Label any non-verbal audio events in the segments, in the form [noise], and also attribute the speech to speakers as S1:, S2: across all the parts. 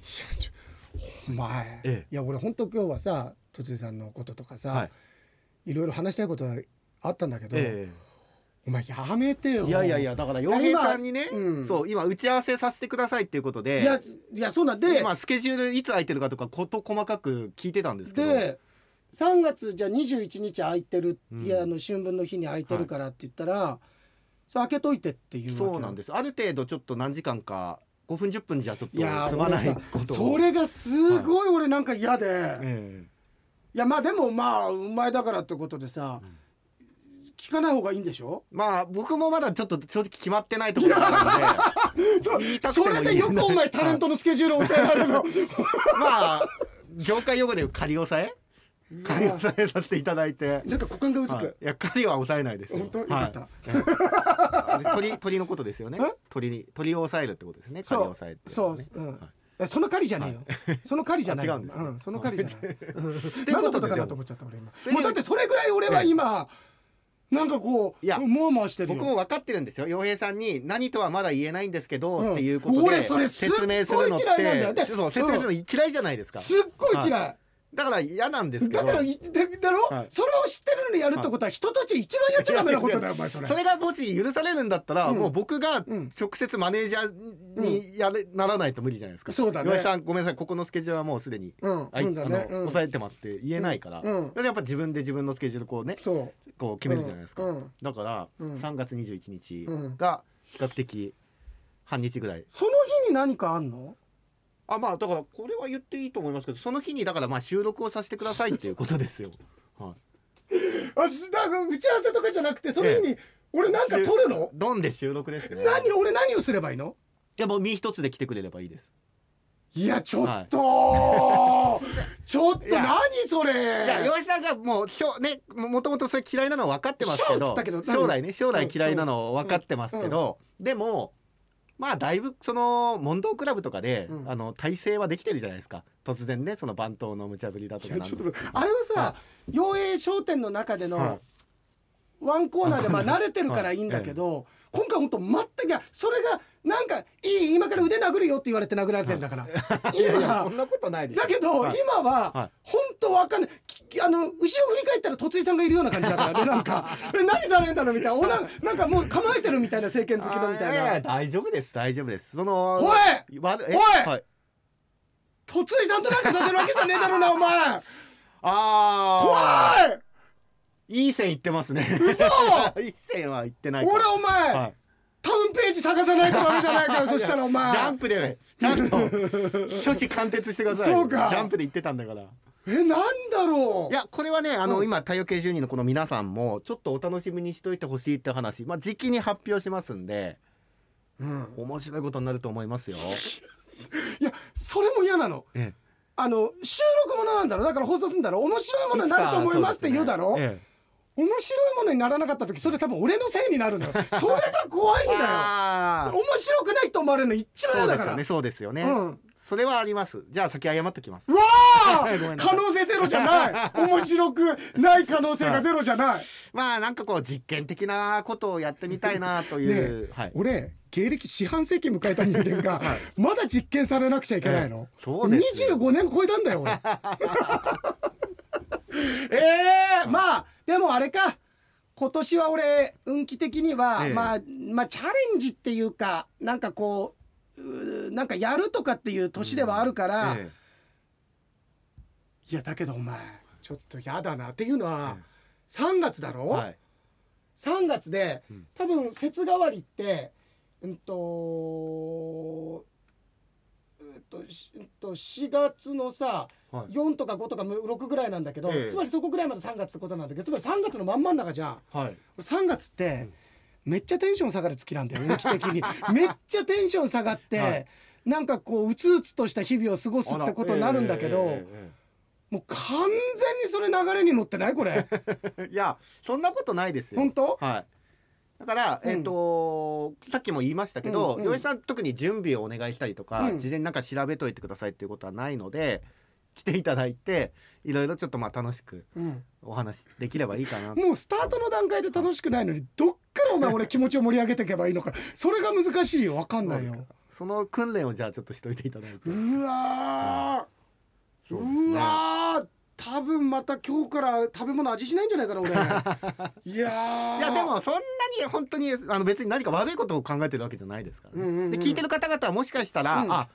S1: ちょお前、
S2: ええ
S1: いや俺本当今日はさ突井さんのこととかさ、、
S2: はい
S1: ろいろ話したいことはあったんだけど、
S2: え
S1: お前やめて
S2: え
S1: よ
S2: いやいやいやだから洋
S1: 大平
S2: 平
S1: さん
S2: さんにね、
S1: うん
S2: そう今打ち合わせさせてくださいっていうことで
S1: いやいやそうなんで
S2: 今スケジュールいつ空いてるかとかこと細かく聞いてたんですけど
S1: で3月じゃあ21日空いてる、
S2: うん
S1: いやあの春分の日に空いてるからって言ったら、それ開けといてっていうわけよ
S2: そうなんですある程度ちょっと何時間か5分10分じゃちょっと
S1: いや
S2: 済まない
S1: 俺さ
S2: ことを
S1: それがすごい俺なんか嫌で、い、
S2: え
S1: やまあでもまあうまいだからってことでさ、聞かない方がいいんでしょ
S2: えまあ僕もまだちょっと正直決まってないところがあるので
S1: そ
S2: 言いたくて
S1: そ
S2: も言えな
S1: れ
S2: い
S1: でよくお前タレントのスケジュール押さえられるの
S2: まあ業界用語で言う仮押さえ仮押さえさせていただいて
S1: なんか股間が薄
S2: はい
S1: く、
S2: いや狩りは抑えないですよ
S1: 本当よ
S2: は
S1: か
S2: い
S1: った、
S2: で鳥 [laughs] 鳥のことですよね
S1: え
S2: 鳥に鳥を抑えるってことですね狩り
S1: そう
S2: を抑えっていうの
S1: そ
S2: は
S1: う
S2: ね、
S1: うんえその狩りじゃねえよ、
S2: [laughs]
S1: その狩りじゃないよ
S2: あ違うんですね
S1: うん、その狩りじゃ
S2: [laughs]
S1: ない
S2: いうことで
S1: 何のことかなと思っちゃった俺今もうだってそれぐらい俺は今、なんかこう
S2: いや
S1: もわもわしてるよ
S2: 僕も分かってるんですよ洋平さんに何とはまだ言えないんですけど、
S1: うん
S2: っていうこと
S1: 俺
S2: で
S1: それすっごい
S2: 説明するのって
S1: 嫌いなんだよで
S2: そう説明するの嫌いじゃないですか、
S1: すっごい嫌い、
S2: だから嫌なんですけ
S1: だ
S2: ど
S1: からいだだろ、
S2: はい
S1: それを知ってるのにやるってことは人として一番やっちゃダメなことだよお前それ
S2: それがもし許されるんだったら、
S1: うん
S2: もう僕が
S1: うん
S2: 直接マネージャーにやれ、ならないと無理じゃないですか
S1: そうだね
S2: 洋平さんごめんなさいここのスケジュールはもうすでに、
S1: うん
S2: あい
S1: うんだね
S2: あの
S1: うん
S2: 抑えてますって言えないから、
S1: うんうん
S2: それでやっぱ自分で自分のスケジュールこうね
S1: そう
S2: こう決めるじゃないですか、
S1: うんうん
S2: だから
S1: うん
S2: 3月21日
S1: うん
S2: が比較的半日ぐらい、
S1: その日に何かあんの
S2: あまあだからこれは言っていいと思いますけどその日にだからまあ収録をさせてくださいっていうこと [laughs] ですよ、は
S1: あしだから打ち合わせとかじゃなくてその日に俺なんか撮る
S2: い
S1: の、
S2: ドンで収録ですね
S1: 何俺何をすればいいの
S2: でもう身一つで来てくれればいいです
S1: いやちょっと、 [laughs] ちょっと
S2: いや
S1: 何それ
S2: いや吉田がもうしょねももともとそれ嫌いなのは分かってますけ
S1: ショーっつ
S2: ど
S1: ったけど
S2: 将来ね将来嫌いなのは分かってますけど、でもまあだいぶその問答クラブとかで、
S1: うん
S2: あの体制はできてるじゃないですか突然ねその番頭の無茶ぶりだと
S1: い
S2: か
S1: や
S2: なん
S1: ちょ
S2: と
S1: っ
S2: か
S1: と待ってあれはさ
S2: は
S1: 養栄商店の中で
S2: は
S1: のワンコーナーでま
S2: [laughs]
S1: あ慣れてるからいいんだけど今回本当全くいやそれがなんか「いい今から腕殴るよ」って言われて殴られてんだから
S2: いいやいやそ [laughs]
S1: 今
S2: んなことないです
S1: だけど
S2: はい
S1: 今
S2: は
S1: はい本当わかんないきあの後ろ振り返ったら突井さんがいるような感じだ
S2: [laughs]
S1: からねなんかえ何されんだろうみたいなおななんかもう構えてるみたいな政権好きのみたい
S2: あや
S1: な
S2: や大丈夫です大丈夫ですその
S1: おい
S2: わえ
S1: おい
S2: はい、
S1: 突井さんとなんかさせるわけじゃねえだろうなお
S2: [laughs]
S1: 前
S2: ああ
S1: 怖い
S2: いい線いってますね
S1: 嘘
S2: [laughs] いい線はいってない
S1: 俺お前、
S2: はい
S1: タウンページ探さないとダメじゃない
S2: [laughs]
S1: かよそしたらお前
S2: ジャンプでちゃんと書士貫徹してください
S1: そうか
S2: ジャンプで言ってたんだからい
S1: えなんだろう
S2: やこれはねあの、
S1: うん
S2: 今太陽系住人のこの皆さんもちょっとお楽しみにしといてほしいって話まあ時期に発表しますんで
S1: うん
S2: 面白いことになると思いますよ、
S1: いやそれも嫌なの
S2: え
S1: あの収録ものなんだろだから放送するんだろ面白いものになると思いますって言うだろ
S2: いつかそうですねええ
S1: 面白いものにならなかった時それ多分俺のせいになる
S2: [laughs]
S1: のよそれが怖いんだよ
S2: あー
S1: 面白くないと思われるの一番嫌
S2: そう
S1: だ
S2: で
S1: か
S2: す
S1: ら
S2: よねそうですよね、
S1: うん
S2: それはありますじゃあ先謝ってきます
S1: うわ
S2: [laughs] ごめ
S1: ー
S2: んなさ
S1: 可
S2: い
S1: 能性ゼロじゃない面白くない可能性がゼロじゃない
S2: まあなんかこう実験的なことをやってみたいなと
S1: ね
S2: いう、はい、
S1: 俺芸歴四半世紀迎えた人間が、まだ実験されなくちゃいけないの
S2: え、えそうですよ
S1: 25年超えたんだよ
S2: [laughs]
S1: 俺ええまあでもあれか今年は俺運気的には、
S2: ええ
S1: まあまあチャレンジっていうかなんかこううーなんかやるとかっていう年ではあるから、
S2: え
S1: いやだけどお前ちょっとやだなっていうのは、
S2: ええ
S1: 3月だろ、
S2: えはい、
S1: 3月で、
S2: ん
S1: 多分節代わりってうんとうんとしうんと4月のさ、
S2: はい
S1: 4とか5とか6ぐらいなんだけど、
S2: ええ
S1: つまりそこぐらいまで3月ってことなんだけどつまり3月のまん真ん中じゃん
S2: はい、
S1: 3月って、めっちゃテンション下がる月なんだ
S2: [laughs]
S1: よ運気的にめっちゃテンション下がって、
S2: はい
S1: なんかこううつうつとした日々を過ごすってことになるんだけど、
S2: あらえええ
S1: もう完全にそれ流れに乗ってない
S2: [laughs]
S1: これ
S2: えええいやそんなことないですよ
S1: 本当
S2: はいだから、
S1: うん
S2: えっ、とさっきも言いましたけど
S1: うんうん
S2: 洋一、さん特に準備をお願いしたりとか、
S1: うん
S2: 事前になんか調べといてくださいっていうことはないので来ていただいていろいろちょっとまあ楽しく
S1: うん
S2: お話できればいいかなと
S1: もうスタートの段階で楽しくないのにどっからお前俺気持ちを盛り上げていけばいいのかそれが難しいよ分かんないよ
S2: その訓練をじゃあちょっとしといていただいて。
S1: うわー、
S2: そううですね
S1: わー多分また今日から食べ物味しないんじゃない
S2: [laughs]
S1: かな俺いやー
S2: いやでもそんなに本当にあの別に何か悪いことを考えてるわけじゃないですからね、
S1: うんうんうん
S2: で聞いてる方々はもしかしたら、
S1: うん
S2: あ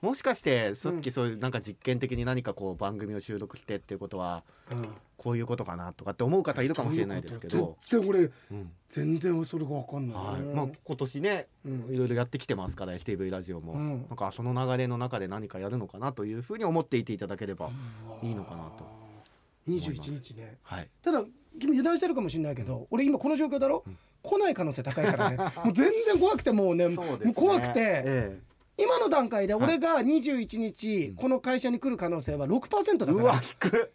S2: もしかしてさっきそういうなんか実験的に何かこう番組を収録してっていうことは
S1: うん
S2: こういうことかなとかって思う方いるかもしれないですけど
S1: ういうこと全然俺
S2: うん
S1: 全然それがわかんない、
S2: はいまあ、今年ね
S1: うん
S2: いろいろやってきてますから STV ラジオも、
S1: うん
S2: なんかその流れの中で何かやるのかなというふうに思っていていただければ、いいのかなと
S1: 二十一日ね
S2: はい
S1: ただ君油断してるかもしれないけど、俺今この状況だろ、来ない可能性高い
S2: [laughs]
S1: からねもう全然怖くてもうね
S2: そうです
S1: も
S2: ね
S1: う怖くて、
S2: え
S1: 今の段階で
S2: はい
S1: 俺が21日この会社に来る可能性は6%
S2: え
S1: だか
S2: うわ
S1: ら
S2: 低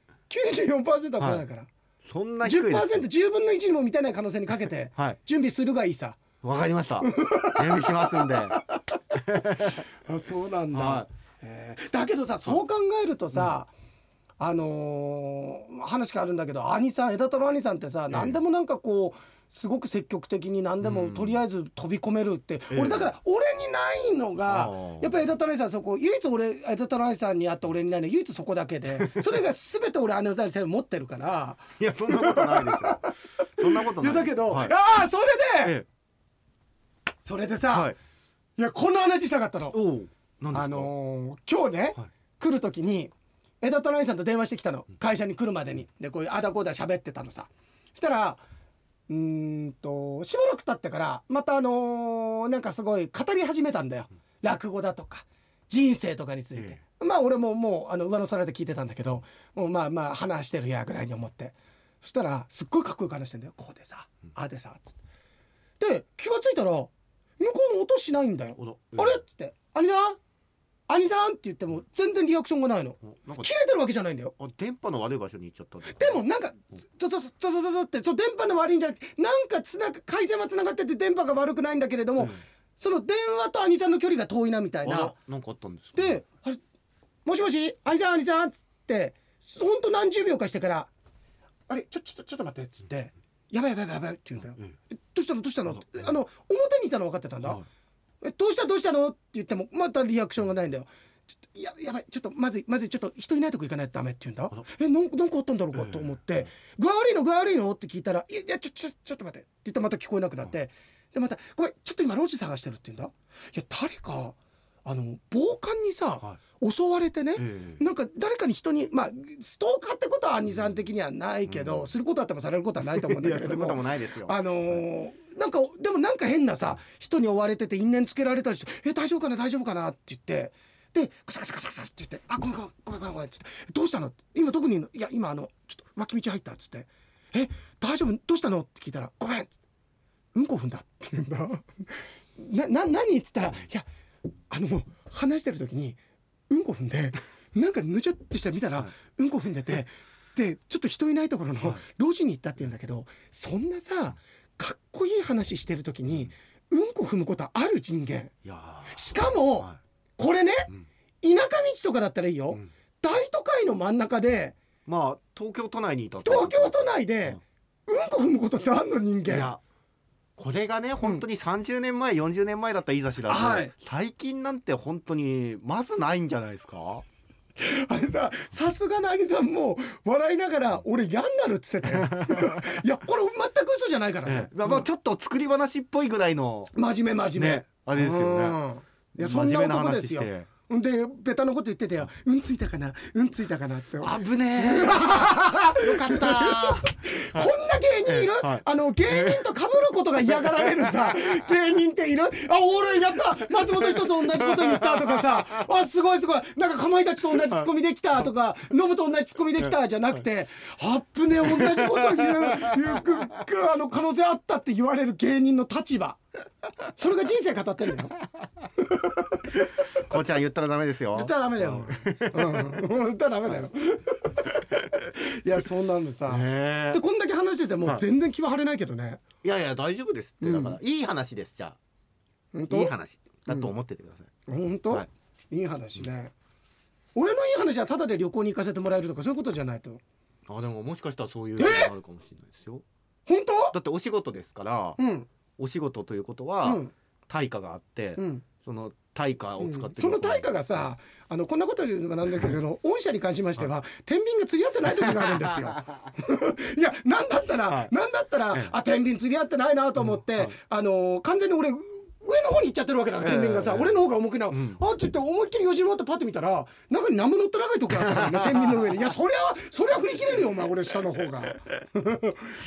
S2: い
S1: 94%は来ないから、
S2: そんな低いですか
S1: 10%10 分の1にも満たない可能性にかけて
S2: はい
S1: 準備するがいいさ
S2: わかりま
S1: [laughs]
S2: した準備しますんで
S1: あそうなん
S2: はい
S1: えーだけどさそう考えるとさ、あのー話変わるんだけど兄さん枝太郎兄さんってさ、何でもなんかこうすごく積極的に何でもとりあえず飛び込めるって、
S2: ええ
S1: 俺だから俺にないのが
S2: あー
S1: やっぱり枝太郎兄さんそこ唯一俺枝太郎兄さんにあった俺にないの唯一そこだけ
S2: [laughs]
S1: でそれが全て俺姉さんに全部持ってるから
S2: いや、そんなことないですよ。 [laughs] そんなこと
S1: い
S2: な
S1: や
S2: い。
S1: だけど、
S2: はい、
S1: ああそれで、
S2: え
S1: それで
S2: え
S1: さ、
S2: はいい、、
S1: やこんな話したかったの。
S2: おお、なんですか。
S1: あのー今日ね、
S2: はい
S1: 来る時に枝田愛さんと電話してきたの会社に来るまでにでこういうあだこうだ喋ってたのさしたらうーんとしばらく経ってからまたあのーなんかすごい語り始めたんだよ落語だとか人生とかについて、
S2: え
S1: まあ俺ももうあの上の空で聞いてたんだけどもうまあまあ話してるやぐらいに思ってそしたらすっごいかっこよく話してんだよこうでさあでさつってで気がついたら向こうの音しないんだよ
S2: おど
S1: あれっつって「兄さん兄さん」って言っても全然リアクションがないの
S2: おなんか
S1: 切、れてるわけじゃないんだよ
S2: あ、電波の悪い場所に行っちゃったんすか
S1: でも、なんかゾゾゾゾゾゾゾってそう電波の悪いんじゃなくてなんかつなが回線はつながってて電波が悪くないんだけれども、
S2: うん
S1: その電話と兄さんの距離が遠いなみたい
S2: あ
S1: な
S2: ら、なんかあったんですか。
S1: で、「あれもしもし兄さん兄さん」っつってほんと何十秒かしてから「あれちょちょっとちょっと待って」っつって「やばいやばいやばいやばい」って言うんだよ。
S2: え
S1: えどうしたのどうしたの
S2: あ
S1: ってあの表にいたの分かってたんだ、
S2: はい
S1: えどうしたどうしたのって言ってもまたリアクションがないんだよちょっとややばいちょっとまずいまずいちょっと人いないとこ行かないとダメって言うんだ
S2: ら
S1: えなんなんかあったんだろうか
S2: ええ
S1: と思って「具合悪いの具合悪いの?」って聞いたら「いやいやちょちょちょっと待って」って言ってまた聞こえなくなってでまた「ごめんちょっと今路地探してる」って言うんだいや誰かあの暴漢にさ
S2: は
S1: 襲われてね、
S2: い。ええ
S1: なんか誰かに人にまあストーカーってことは兄さん的にはないけど、
S2: うん
S1: することあってもされることはないと思うんだ
S2: い
S1: け
S2: や、
S1: れ
S2: そうい
S1: ど
S2: うこと
S1: も
S2: もないですよ。
S1: あのーなんかでもなんか変なさ人に追われてて因縁つけられたりして「え大丈夫かな大丈夫かな」って言ってでカサカサカサカサって言って「あごめんごめんごめんごめんごめん」っつって「どうしたの?」今どこにいるの?」「いや今あのちょっと脇道入った」っつって「え大丈夫どうしたの?」って聞いたら「ごめん」っつってうんこ踏んだ」って言うんだ。 [laughs] なな何っつったら「いやあの話してる時にうんこ踏んでなんかぬちゃってして見たら、うんこ踏んでてでちょっと人いないところの
S2: はい
S1: 路地に行ったって言うんだけどそんなさかっこいい話してる時にうんこ踏むことある人間
S2: いやー。
S1: しかも
S2: は
S1: これね
S2: い。うん。
S1: 田舎道とかだったらいいうよ
S2: ん
S1: 大都会の真ん中で
S2: まあ、東京都内にいたってこと。
S1: 東京都内でうんこ踏むことってあんの人
S2: うん。い
S1: 間
S2: や。これがね本当に30年前、40年前だったらいいざしらず、
S1: はい
S2: 最近なんて本当にまずないんじゃないですか
S1: あれささすがの兄さんも笑いながら俺嫌になるっつって
S2: [laughs]
S1: たよいやこれ全く嘘じゃないからね
S2: ええまあ、まあちょっと作り話っぽいぐらいの、
S1: 真面目真面目
S2: ねあれですよね
S1: うんいやそんな男ですよ
S2: 真面目な話して
S1: でベタのこと言っててよ「うんついたかなうんついたかな」ってこんだ
S2: 危ね [laughs] え。よかった。
S1: け芸人いる、
S2: はい
S1: あの芸人と被ることが嫌がられるさ [laughs] 芸人っているあ俺やった松本一つ同じこと言ったとかさ [laughs] あすごいすごいなんかかまいたちと同じツッコミできたとかノブと同じツッコミできたじゃなくてあっぶね同じこと言う言うくくあの可能性あったって言われる芸人の立場それが人生語ってん [laughs] だよ
S2: こうちゃん言ったらダメですよ。
S1: 言ったらダメだよ。うん、言ったらダメだ [laughs] よ。いや、そうなんでさ。
S2: ねえ
S1: で、こんだけ話してても、全然気は晴れないけどね。
S2: いやいや大丈夫ですってだからいい話ですじゃ
S1: 本
S2: あ
S1: 当。
S2: いい話だと思っててください。
S1: 本当、
S2: はい
S1: い、い話ね。俺のいい話はただで旅行に行かせてもらえるとか、そういうことじゃないと。
S2: あでももしかしたらそういうのがあるかもしれないですよ。
S1: 本当。
S2: だってお仕事ですから
S1: うん。
S2: お仕事ということ
S1: う
S2: は
S1: ん。
S2: 対価があって
S1: うん。
S2: その対価を使ってる
S1: その対価がさあのこんなこと言うのはなんだ
S2: [laughs]
S1: けどその御社に関しましては天秤が釣り合ってない時があるんですよ。 [laughs] いやなんだったら、
S2: はい
S1: なんだったら、
S2: ええ
S1: あ天秤釣り合ってないなと思って、
S2: うんはい
S1: あの完全に俺上の方に行っちゃってるわけだから、
S2: ええ
S1: 天秤がさ、
S2: ええ
S1: 俺の方が重くな、
S2: ん
S1: あって言って思いっきりよじ登ってパッて見たら中に何も乗ってないとこあったから
S2: [laughs]
S1: ね天秤の上にいやそりゃそりゃ振り切れるよお前俺下の方があ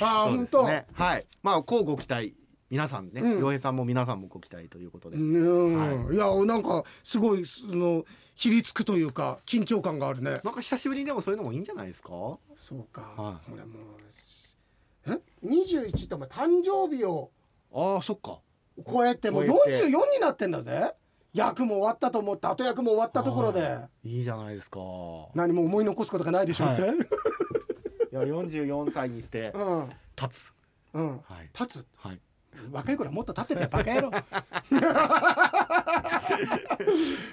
S1: あ
S2: そう
S1: 本
S2: です
S1: 当
S2: ねはいまあこうご期待皆さんね
S1: うん
S2: 洋、平さんも皆さんもご期待ということで、
S1: うん、い、やなんかすごいそのひりつくというか緊張感があるね
S2: なんか久しぶりにでもそういうのもいいんじゃないですか
S1: そうか、
S2: は
S1: 俺もうえ21ってお前誕生日を
S2: ああそっか
S1: 超えてもう
S2: 超えて
S1: 44になってんだぜ役も終わったと思って後役も終わったところで
S2: いいじゃないですかい
S1: 何も思い残すことがないでしょうって、
S2: はいや44歳にして立つ
S1: うんうん
S2: はい、
S1: 立つ
S2: はい、
S1: 若い頃はもっと立っててバカ
S2: [laughs]
S1: 野郎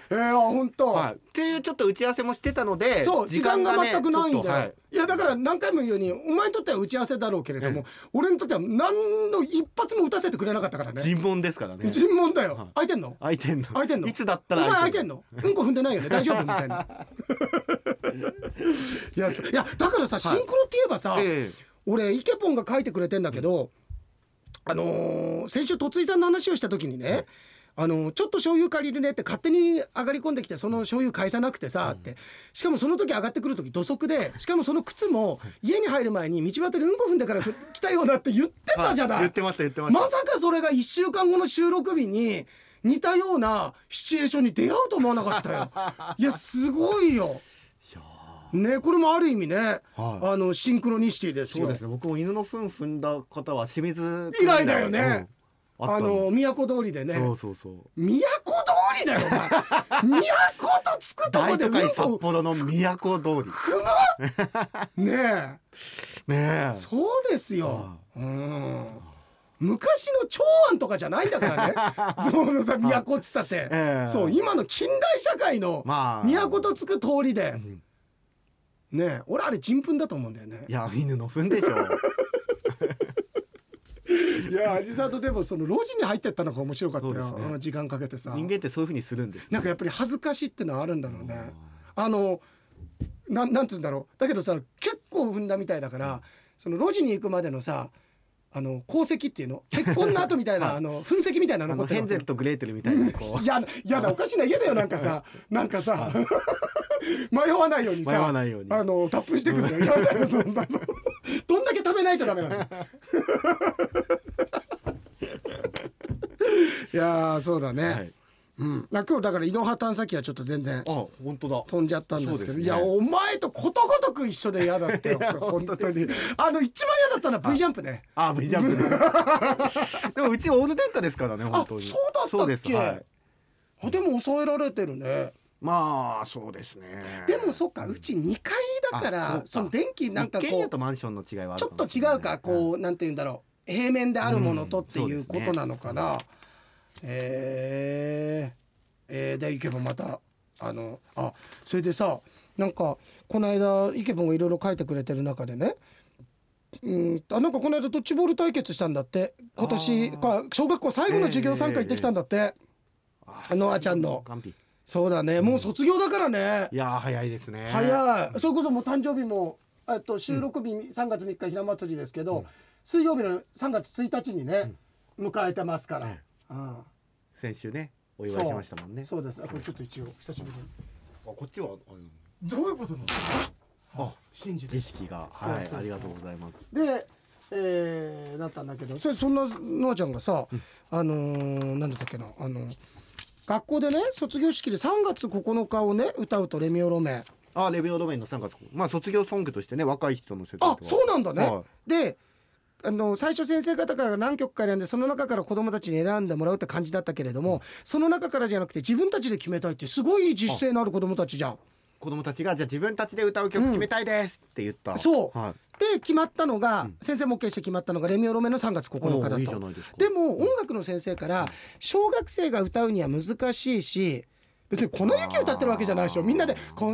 S1: えー、あ本当、
S2: はい、っていうちょっと打ち合わせもしてたので
S1: そう時間が
S2: ね
S1: 全くないんだよ、
S2: ちょっとはい
S1: い、やだから何回も言うようにお前にとっては打ち合わせだろうけれども、俺にとっては何の一発も打たせてくれなかったからね
S2: 尋問ですからね
S1: 尋問だよ、
S2: はい
S1: 開いてんの
S2: 開いてんの
S1: 開いてんの
S2: いつだった
S1: お
S2: ら
S1: 前開いてんのうんこ踏んでないよね大丈夫みたい
S2: [laughs]
S1: ないやそいやだからさ、シンクロって言えばさ、
S2: え
S1: 俺イケポンが書いてくれてんだけど、あのー先週と井さんの話をした時にね、あのーちょっと醤油借りるねって勝手に上がり込んできてその醤油返さなくてさって、しかもその時上がってくる時土足でしかもその靴も家に入る前に道端でうんこ踏んでからふ来たよなって言って
S2: え
S1: たじゃない、
S2: 言ってました言ってました、
S1: まさかそれが1週間後の収録日に似たようなシチュエーションに出会うと思わなかった
S2: [laughs]
S1: よいやすごいよ
S2: いやー
S1: ねこれもある意味ね、
S2: は
S1: あのシンクロニシティです
S2: そ
S1: よ
S2: うですね僕も犬の糞踏んだ方は清水
S1: 以来だよね、
S2: うん
S1: あ
S2: あったの
S1: の都通りでね
S2: そうそうそう
S1: 都通りだよお
S2: [laughs]
S1: 前都とつくとこ
S2: 大
S1: でう
S2: 都
S1: ん
S2: 会札
S1: こ
S2: 幌の都通
S1: [laughs]
S2: り
S1: ねえ
S2: ねえ
S1: そうですようん昔の長安とかじゃないんだから
S2: [laughs]
S1: ねそのさ都っつったって、
S2: ええ
S1: そう今の近代社会の
S2: まあ
S1: 都とつく通りで、
S2: ん
S1: ねえ俺あれ人糞だと思うんだよね
S2: いや犬の糞でしょ
S1: いやアリサードでもその老人に入ってったのが面白かったよ、
S2: そうですね
S1: あの時間かけてさ
S2: 人間ってそういう風にするんです
S1: な
S2: ね
S1: んかやっぱり恥ずかしいってのはあるんだろうね。あのなんなんつうんだろうだけどさ結構踏んだみたいだからその路地に行くまでのさあの功績っていうの結婚の後みた
S2: [laughs]
S1: いな、あの噴石みたいな
S2: あ
S1: の残
S2: の
S1: って
S2: ヘ
S1: るわ
S2: ン
S1: け
S2: ゼルとグレーテルみたいなこう
S1: いやいやなおかしいな家だよなんかさなんかさ [laughs] 迷わないようにさ
S2: 迷わないように
S1: あのタップしてくるんだよいやだよそんなのどんだけ食べないとダメ
S2: [laughs]
S1: なのいやーそうだね、
S2: はい
S1: うん、まあ今日だから移動波探査機はちょっと全然
S2: あ本当だ
S1: 飛んじゃったんですけど
S2: そうですね
S1: いやお前とことごとく一緒で嫌だ
S2: [laughs]
S1: ってよ本当にあの一番嫌だったのは V ジャンプね
S2: あ V ジャン
S1: [laughs]
S2: プででもうちオール電化ですからね
S1: あ
S2: 本
S1: そ
S2: 当
S1: うだ
S2: に
S1: ったっけ
S2: そうですはい
S1: あでも抑えられてるね
S2: まあそうですね
S1: でもそっかうち2階だか
S2: あ
S1: ら
S2: そう
S1: そ
S2: か
S1: の電気なんか
S2: 一軒
S1: こ
S2: 家
S1: う
S2: とマンションの違いはあ
S1: ち
S2: る
S1: ょ
S2: も
S1: っ
S2: し
S1: と
S2: れない
S1: 違うかこうなんて言うんだろう平面であるものとっていうことなのかな、えー、えーでイケボンまたあのあそれでさなんかこの間イケボンがいろいろ書いてくれてる中でねうんあなんかこの間ドッジボール対決したんだって今年
S2: あー
S1: か小学校最後の授業参加行ってきたんだって、
S2: あ
S1: ノアちゃんの
S2: 完璧
S1: そうだねもう卒業だからね
S2: い、やー早いですね
S1: 早いそれこそもう誕生日もえっと収録日3月3日ひな祭りですけど、水曜日の3月1日にね、迎えてますから、
S2: え
S1: うん
S2: 先週ねお祝いしましたもんね
S1: そうですあこれちょっと一応久しぶりに
S2: あこっちはあの
S1: どういうことなの
S2: あ
S1: 信じて
S2: 儀式が
S1: そう
S2: は
S1: そう
S2: い
S1: そう
S2: ありがとうございます
S1: で、えー、なったんだけどそれそんなノアちゃんがさ、あのー、なんだったっけなあのー学校でね卒業式で3月9日をね歌うと「レミオロメン」
S2: あレビュードメインの3月まあ卒業ソングとしてね若い人の世代と
S1: あ
S2: か
S1: そうなんだね、
S2: は
S1: であの最初先生方から何曲か選んでその中から子どもたちに選んでもらうって感じだったけれども、その中からじゃなくて自分たちで決めたいってすごい自主性のある子どもたちじゃん。
S2: 子供たちがじゃあ自分たちで歌う曲決めたいですって言った、
S1: そう
S2: はい
S1: で決まったのが、先生も OK して決まったのがレミオロメンの3月9
S2: お
S1: 日だ
S2: ー
S1: と。
S2: いいじゃないですか
S1: でも音楽の先生から小学生が歌うには難しいし別に「粉雪」歌ってるわけじゃないでしょみんなで「粉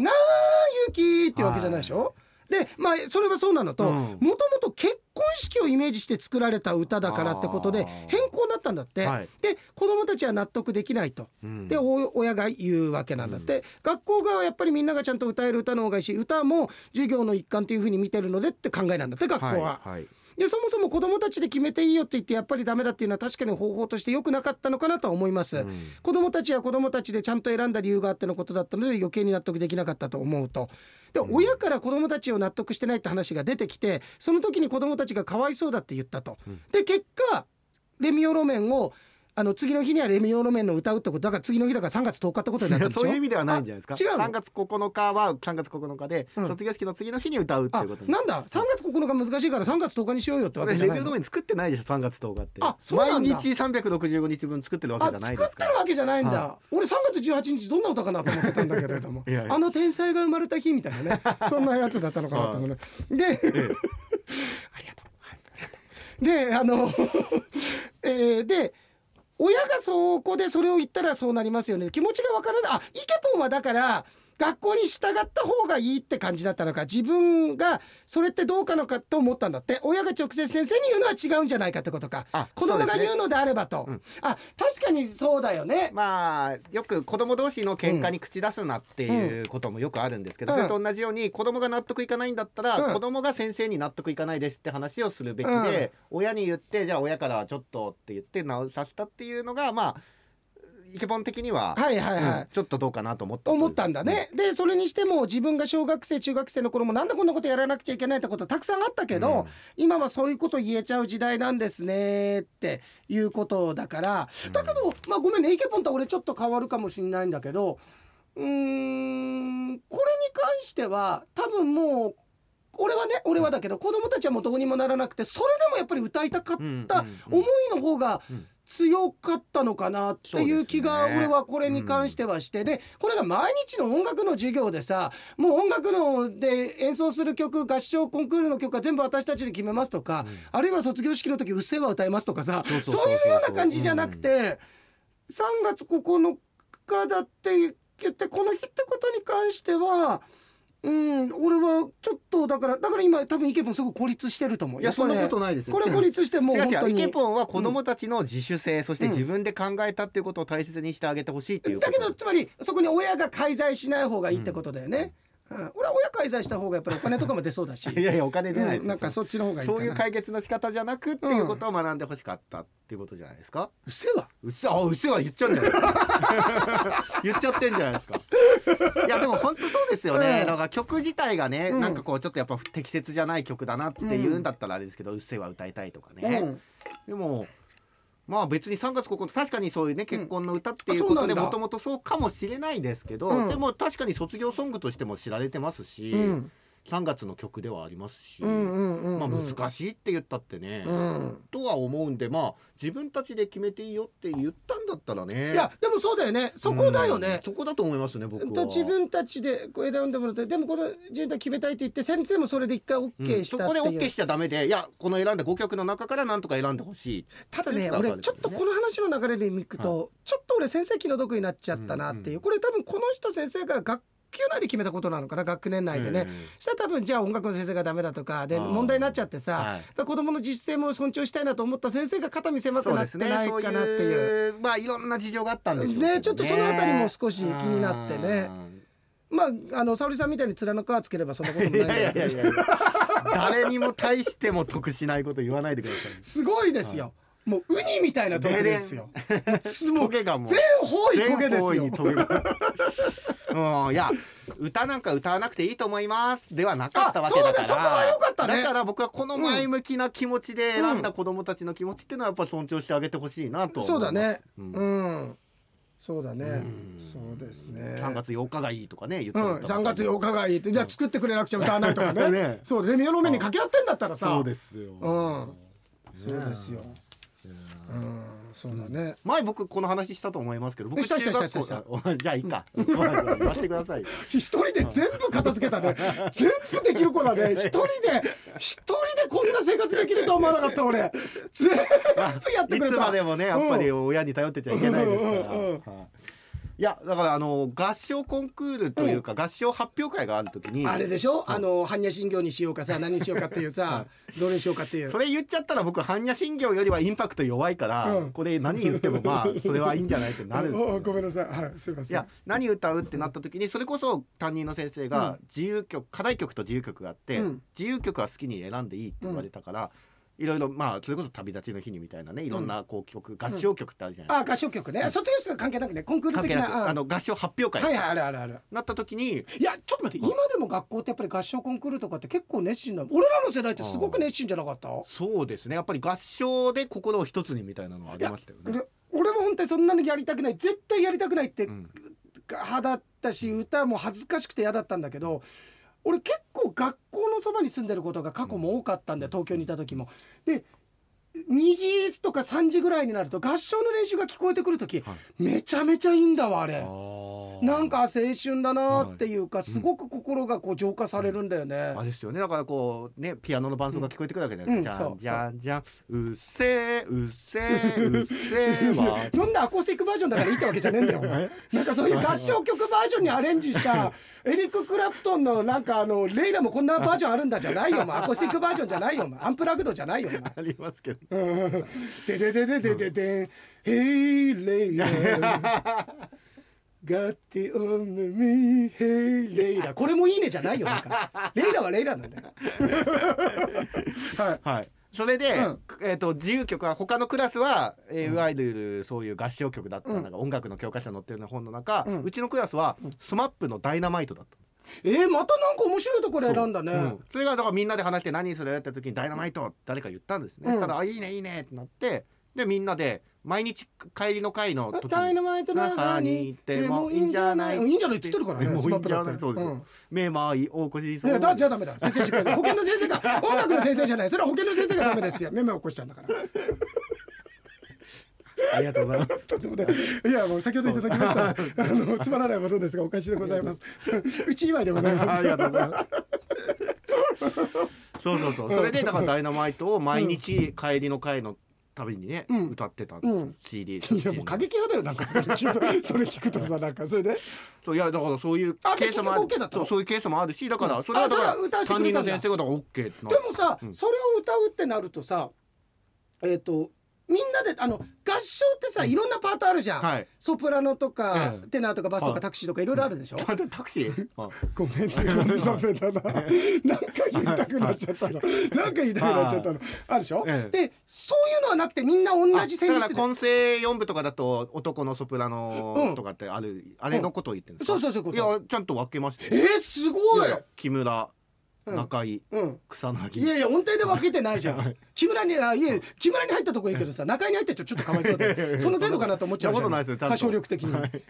S1: 雪」ってわけじゃないでしょ、でまあそれはそうなのと
S2: うん
S1: もともと結婚式をイメージして作られた歌だからってこと
S2: あ
S1: で
S2: ー
S1: 変更になったんだって、
S2: はい
S1: で子供たちは納得できないと。
S2: うん
S1: でお親が言うわけなんだって、学校側はやっぱりみんながちゃんと歌える歌の方がいいし歌も授業の一環というふうに見てるのでって考えなんだって学校は、
S2: はいはい
S1: でそもそも子どもたちで決めていいよって言ってやっぱりダメだっていうのは確かに方法として良くなかったのかなとは思います、
S2: うん
S1: 子どもたちは子どもたちでちゃんと選んだ理由があってのことだったので余計に納得できなかったと思うとで親から子どもたちを納得してないって話が出てきてその時に子どもたちがかわいそうだって言ったと、
S2: うん
S1: で結果レミオロメンをあの次の日にはレミオロメンの歌うってことだから次の日だから3月10日ってことになったでしょ
S2: そういう意味ではないんじゃないですか。
S1: あ違うの
S2: 3月9日は3月9日で、
S1: うん
S2: 卒業式の次の日に歌うってい
S1: あ
S2: うことに。
S1: なんだ3月9日難しいから3月10日にしようよってわけ
S2: レ
S1: じ
S2: ビ
S1: ゃ
S2: ュ
S1: ない
S2: ー
S1: の
S2: ドメイン作ってないでしょ3月10日って
S1: あそうなんだ
S2: 毎日365日分作ってるわけ
S1: あ
S2: じゃないで
S1: 作っ
S2: すか
S1: てるわけじゃないんだ、俺3月18日どんな歌かなと思ってたんだけれども
S2: [laughs] いやいや
S1: あの天才が生まれた日みた
S2: [laughs]
S1: いなねそんなやつだったのかなと思うねで、 [laughs] ありがとう、であの [laughs] えーで親がそこでそれを言ったらそうなりますよね気持ちがわからないあイケポンはだから学校に従った方がいいって感じだったのか自分がそれってどうかのかと思ったんだって親が直接先生に言うのは違うんじゃないかってことか
S2: あ
S1: 子
S2: そ
S1: 供
S2: うで
S1: が
S2: すね
S1: 言うのであればと、
S2: うん
S1: あ確かにそうだよね、
S2: まあよく子供同士の喧嘩に口出すなっていうこともよくあるんですけど、
S1: うん
S2: それと同じように子供が納得いかないんだったら、
S1: うん
S2: 子供が先生に納得いかないですって話をするべきで、親に言ってじゃあ親からはちょっとって言って直させたっていうのがまあイケボン的には、
S1: はいはいはい、
S2: うんちょっとどうかなと思った
S1: 思ったんだね、でそれにしても自分が小学生中学生の頃もなんでこんなことやらなくちゃいけないってことたくさんあったけど、
S2: うん
S1: 今はそういうこと言えちゃう時代なんですねっていうことだから、だけどまあごめんねイケポンとは俺ちょっと変わるかもしれないんだけどうーんこれに関しては多分もう俺はね俺はだけど子供たちはもうどうにもならなくてそれでもやっぱり歌いたかった思いの方が
S2: うん
S1: 強かったのかなっていう気が
S2: そうですね
S1: 俺はこれに関してはしてでこれが毎日の音楽の授業でさもう音楽ので演奏する曲合唱コンクールの曲は全部私たちで決めますとかあるいは卒業式の時「うっせぇわ」歌いますとかさ
S2: そうそう
S1: そ
S2: そううそう
S1: いうような感じじゃなくて3月9日だって言ってこの日ってことに関しては。うん、俺はちょっとだからだから今多分イケポンすごい孤立してると思う
S2: いやそんなこと
S1: な
S2: ないですよ
S1: これ孤立してもう
S2: 違う
S1: 本
S2: 違
S1: 当
S2: うイ
S1: に
S2: ケポンは子供たちの自主性、そして
S1: うん
S2: 自分で考えたっていうことを大切にしてあげてほしいっていうこ
S1: だ
S2: と
S1: けどつまりそこに親が介在しない方がいいってことだよね、うん俺は親介在した方がやっぱりお金とかも出そうだし
S2: いやいやお金出ないですよ、
S1: うんなんかそっちの方がいいか
S2: そ
S1: な
S2: ういう解決の仕方じゃなくっていうことを学んでほしかったっていうことじゃないですか、
S1: うっせえわ
S2: うっせあうっせは言っちゃうんじゃないですか [laughs] 言っちゃってんじゃないですかいやでも本当そうですよね、
S1: うん
S2: だから曲自体がね、
S1: うん
S2: なんかこうちょっとやっぱ適切じゃない曲だなっていうんだったらあれですけど、うっせは歌いたいとかね、
S1: うん
S2: でもまあ別に3月9日確かにそういうね結婚の歌っていう
S1: あ
S2: こ
S1: そう
S2: と
S1: な
S2: で
S1: んだ
S2: もともとそうかもしれないですけど、
S1: うん
S2: でも確かに卒業ソングとしても知られてますし、
S1: うん
S2: 3月の曲ではありますし、
S1: うんうんうん
S2: まあ
S1: うん
S2: 難しいって言ったってね、
S1: うん
S2: とは思うんでまあ自分たちで決めていいよって言ったんだったらね
S1: いやでもそうだよねそこだよ
S2: うん
S1: ね、
S2: そこだと思いますね僕
S1: うん
S2: は。
S1: と自分たちでこう枝読んでもらってでもこの自分たち決めたいって言って先生もそれで一回
S2: うん
S1: OK し
S2: そ
S1: たっ
S2: こ
S1: て
S2: で
S1: いう、
S2: OK しちゃダメでいやこの選んだ5曲の中からなんとか選んでほしい
S1: ただね
S2: だから
S1: 俺
S2: です
S1: ちょ
S2: よ
S1: っと
S2: ね
S1: この話の流れで見くと、ちょっと俺先生気の毒になっちゃったなっていう、
S2: うんうん
S1: これ多分この人先生が学級内で決めたことなのかな学年内でね、
S2: うん
S1: そしたら多分じゃあ音楽の先生がダメだとかで
S2: あー
S1: 問題になっちゃってさ、
S2: はい
S1: やっぱ子どもの自主性も尊重したいなと思った先生が肩身狭くなってないかなっていう。
S2: そういうまあいろんな事情があったんでしょうけど
S1: ねちょっとそのあたりも少し気になってねまああの沙織さんみたいに面の皮つければそんなこと
S2: うんい
S1: もない
S2: や
S1: んだ
S2: い
S1: け
S2: やい
S1: ど
S2: やいや誰にも対しても得しないこと言わないでください
S1: すごいですよ、もうウニみたいなトゲですよすも
S2: ト
S1: う
S2: ゲがもう
S1: 全方位トゲですよ
S2: 全方位にトゲがうんいや歌なんか歌わなくていいと思いますではなかったわけだから
S1: あそうだそこは良かったね
S2: だから僕はこの前向きな気持ちで選んだ子供たちの気持ちっていうのはやっぱり尊重してあげてほしいなと思います
S1: そうだねう、
S2: うんん
S1: そうだね、
S2: ん
S1: そうですね
S2: 3月8日がいいとかね言っ
S1: う
S2: た
S1: ん、3
S2: ら
S1: 月8日がいいってじゃあ作ってくれなくちゃ歌わないとかね
S2: [laughs] ね
S1: そうレミオロメンに掛け合ってんだったらさ
S2: そうですよ
S1: うんそうですよ。うん、そうだね。
S2: 前僕この話したと思いますけど僕
S1: した
S2: 中
S1: した
S2: 学校
S1: したした
S2: あ [laughs] じゃあいいか、うん、言わせてください
S1: [laughs] 一人で全部片付けたね。全部できる子だ
S2: [laughs]
S1: ね。一人で、一人でこんな生活できるとは思わなかった俺。全部やって
S2: い
S1: くれた。
S2: つまでもねやっぱり
S1: うん
S2: 親に頼ってちゃいけないですから、
S1: うんうんうん
S2: はいいやだからあの合唱コンクールというか、合唱発表会があるときに
S1: あれでしょあの般若心経にしようかさ何にしようかっていうさどれにしようかっていう
S2: それ言っちゃったら僕般若心経よりはインパクト弱いから、
S1: うん
S2: これ何言ってもまあそれはいいんじゃないってなるんです
S1: おお
S2: よ
S1: ごめんなさいはいすいま
S2: い
S1: せん
S2: や何歌うってなった時にそれこそ担任の先生が自由曲、課題曲と自由曲があって、
S1: うん
S2: 自由曲は好きに選んでいいって言われたから、いろいろまあそれこそ旅立ちの日にみたいなねいろんなこう曲、合唱曲ってあるじゃないですか。
S1: あ合唱曲ね卒業式は関係なくねコンクール
S2: 関
S1: 的
S2: 係なく
S1: な
S2: あ
S1: あの
S2: の合唱発表会
S1: はいはいあるあるある
S2: なった時に
S1: いやちょっと待って今でも学校ってやっぱり合唱コンクールとかって結構熱心なの俺らの世代ってすごく熱心じゃなかった
S2: そうですねやっぱり合唱で心を一つにみたいなのはありましたよね。
S1: で俺は本当にそんなのやりたくない絶対やりたくないって
S2: うん
S1: 派だったし歌も恥ずかしくて嫌だったんだけど俺結構学校のそばに住んでることが過去も多かったんで東京にいた時も。で2時とか3時ぐらいになると合唱の練習が聞こえてくる時、
S2: はい
S1: めちゃめちゃいいんだわあれなん
S2: か
S1: か青春だなっていうか、すごく心がこう浄化されるんだよね、
S2: あれですよねだからこうねピアノの伴奏が聞こえてくるわけじゃないですか、
S1: うんうん
S2: じゃんじゃんじゃんうっせーうっせーうっせーは
S1: そんなアコースティックバージョンだからいいってわけじゃねえんだよお前なんかそういう合唱曲バージョンにアレンジしたエリック・クラプトンのなんかあのレイラもこんなバージョンあるんだじゃないよお前アコースティックバージョンじゃないよお前アンプラグドじゃないよお前
S2: ありますけど
S1: うんでででででででヘイレイラ Got the only me ヘイレイラこれもいいねじゃないよなんかレイラはレイラなんだよはい
S2: はいそれで、
S1: うん
S2: えー、と自由曲は他のクラスは、えーいわゆるそういう合唱曲だったりなんか音楽の教科書に載ってるような本の中、
S1: う
S2: うんちのクラスはスマップの「ダイナマイト」だった
S1: えー、またなんか面白いところ選んだね、
S2: うんそれがだからみんなで話して何するって時に「ダイナマイト」誰か言ったんですね、
S1: うん
S2: そしたら「あいいねいいね」ってなってでみんなで毎日帰りの会の時
S1: ダイ
S2: に
S1: ナマイトな歯に行ってもいいんじゃない
S2: うん
S1: いいんじゃないっつってるからね
S2: もういいん
S1: ス
S2: じ
S1: マッ
S2: ゃない
S1: プだって
S2: そうですよ
S1: ん
S2: 「目まい大越しそ
S1: ね
S2: う」
S1: だじゃあダメだ先生失敗だ保健の先生が音楽の先生じゃないそれは保健の先生がダメですって目目起こしちゃうんだから
S2: ありがとうござ
S1: [laughs]
S2: います。
S1: とんでもないいやもう先ほどいただきました [laughs] あのつまらないことですがお返しでございます [laughs] うち祝いでございま
S2: あ
S1: す
S2: りがとうございます。そうそうそう。それでだからダイナマイトを毎日帰りの会のたびにね、
S1: うん
S2: 歌ってたんですよ。
S1: うん
S2: CD。
S1: いやもう過激派だよなんかそれ聞くそれ聞くとさなんかそれで
S2: そういやだからそういう
S1: あ
S2: ケースもあ
S1: 結局 OK だ
S2: る
S1: った
S2: そ
S1: の
S2: うそういうケースもあるしだか
S1: う
S2: ら
S1: ん
S2: それはだから
S1: あそれは歌わせて
S2: 担
S1: くれ
S2: 任
S1: たんだ
S2: の先生がだから OK ってな
S1: でもさ、
S2: うん
S1: それを歌うってなるとさえっ、とみんなであの合唱ってさいろんなパートあるじゃん、
S2: はい
S1: ソプラノとか、
S2: ええ
S1: テナーとかバスと
S2: は
S1: か
S2: い
S1: タクシーとかいろいろあるでしょ、
S2: [laughs] だってタクシーあ
S1: ごめんね、こんなベタな。なんか言いたくなっちゃったの。なんか言いたくなっちゃったの。あるでしょ
S2: ええ
S1: で、そういうのはなくて、みんな同じ旋
S2: だから
S1: 律で。
S2: 混声四部とかだと男のソプラノとかってあるあれのことを言ってるんですか
S1: そうそうそういうこ
S2: い
S1: と。
S2: やちゃんと分けました
S1: え
S2: よ
S1: ー、すごい
S2: いや木村
S1: うん
S2: 中井
S1: うん。
S2: 草
S1: い
S2: 薙
S1: やいや、音程で分けてないじゃ
S2: は
S1: ん。木村に、あ、いえ、木村に入ったとこいいけどさ、中井に入ってちょちょっとかわい
S2: [laughs]
S1: そうで。その程度かなと思っちゃうじゃ
S2: そ
S1: ん。
S2: んなことないですよちゃんと
S1: 歌唱力的に。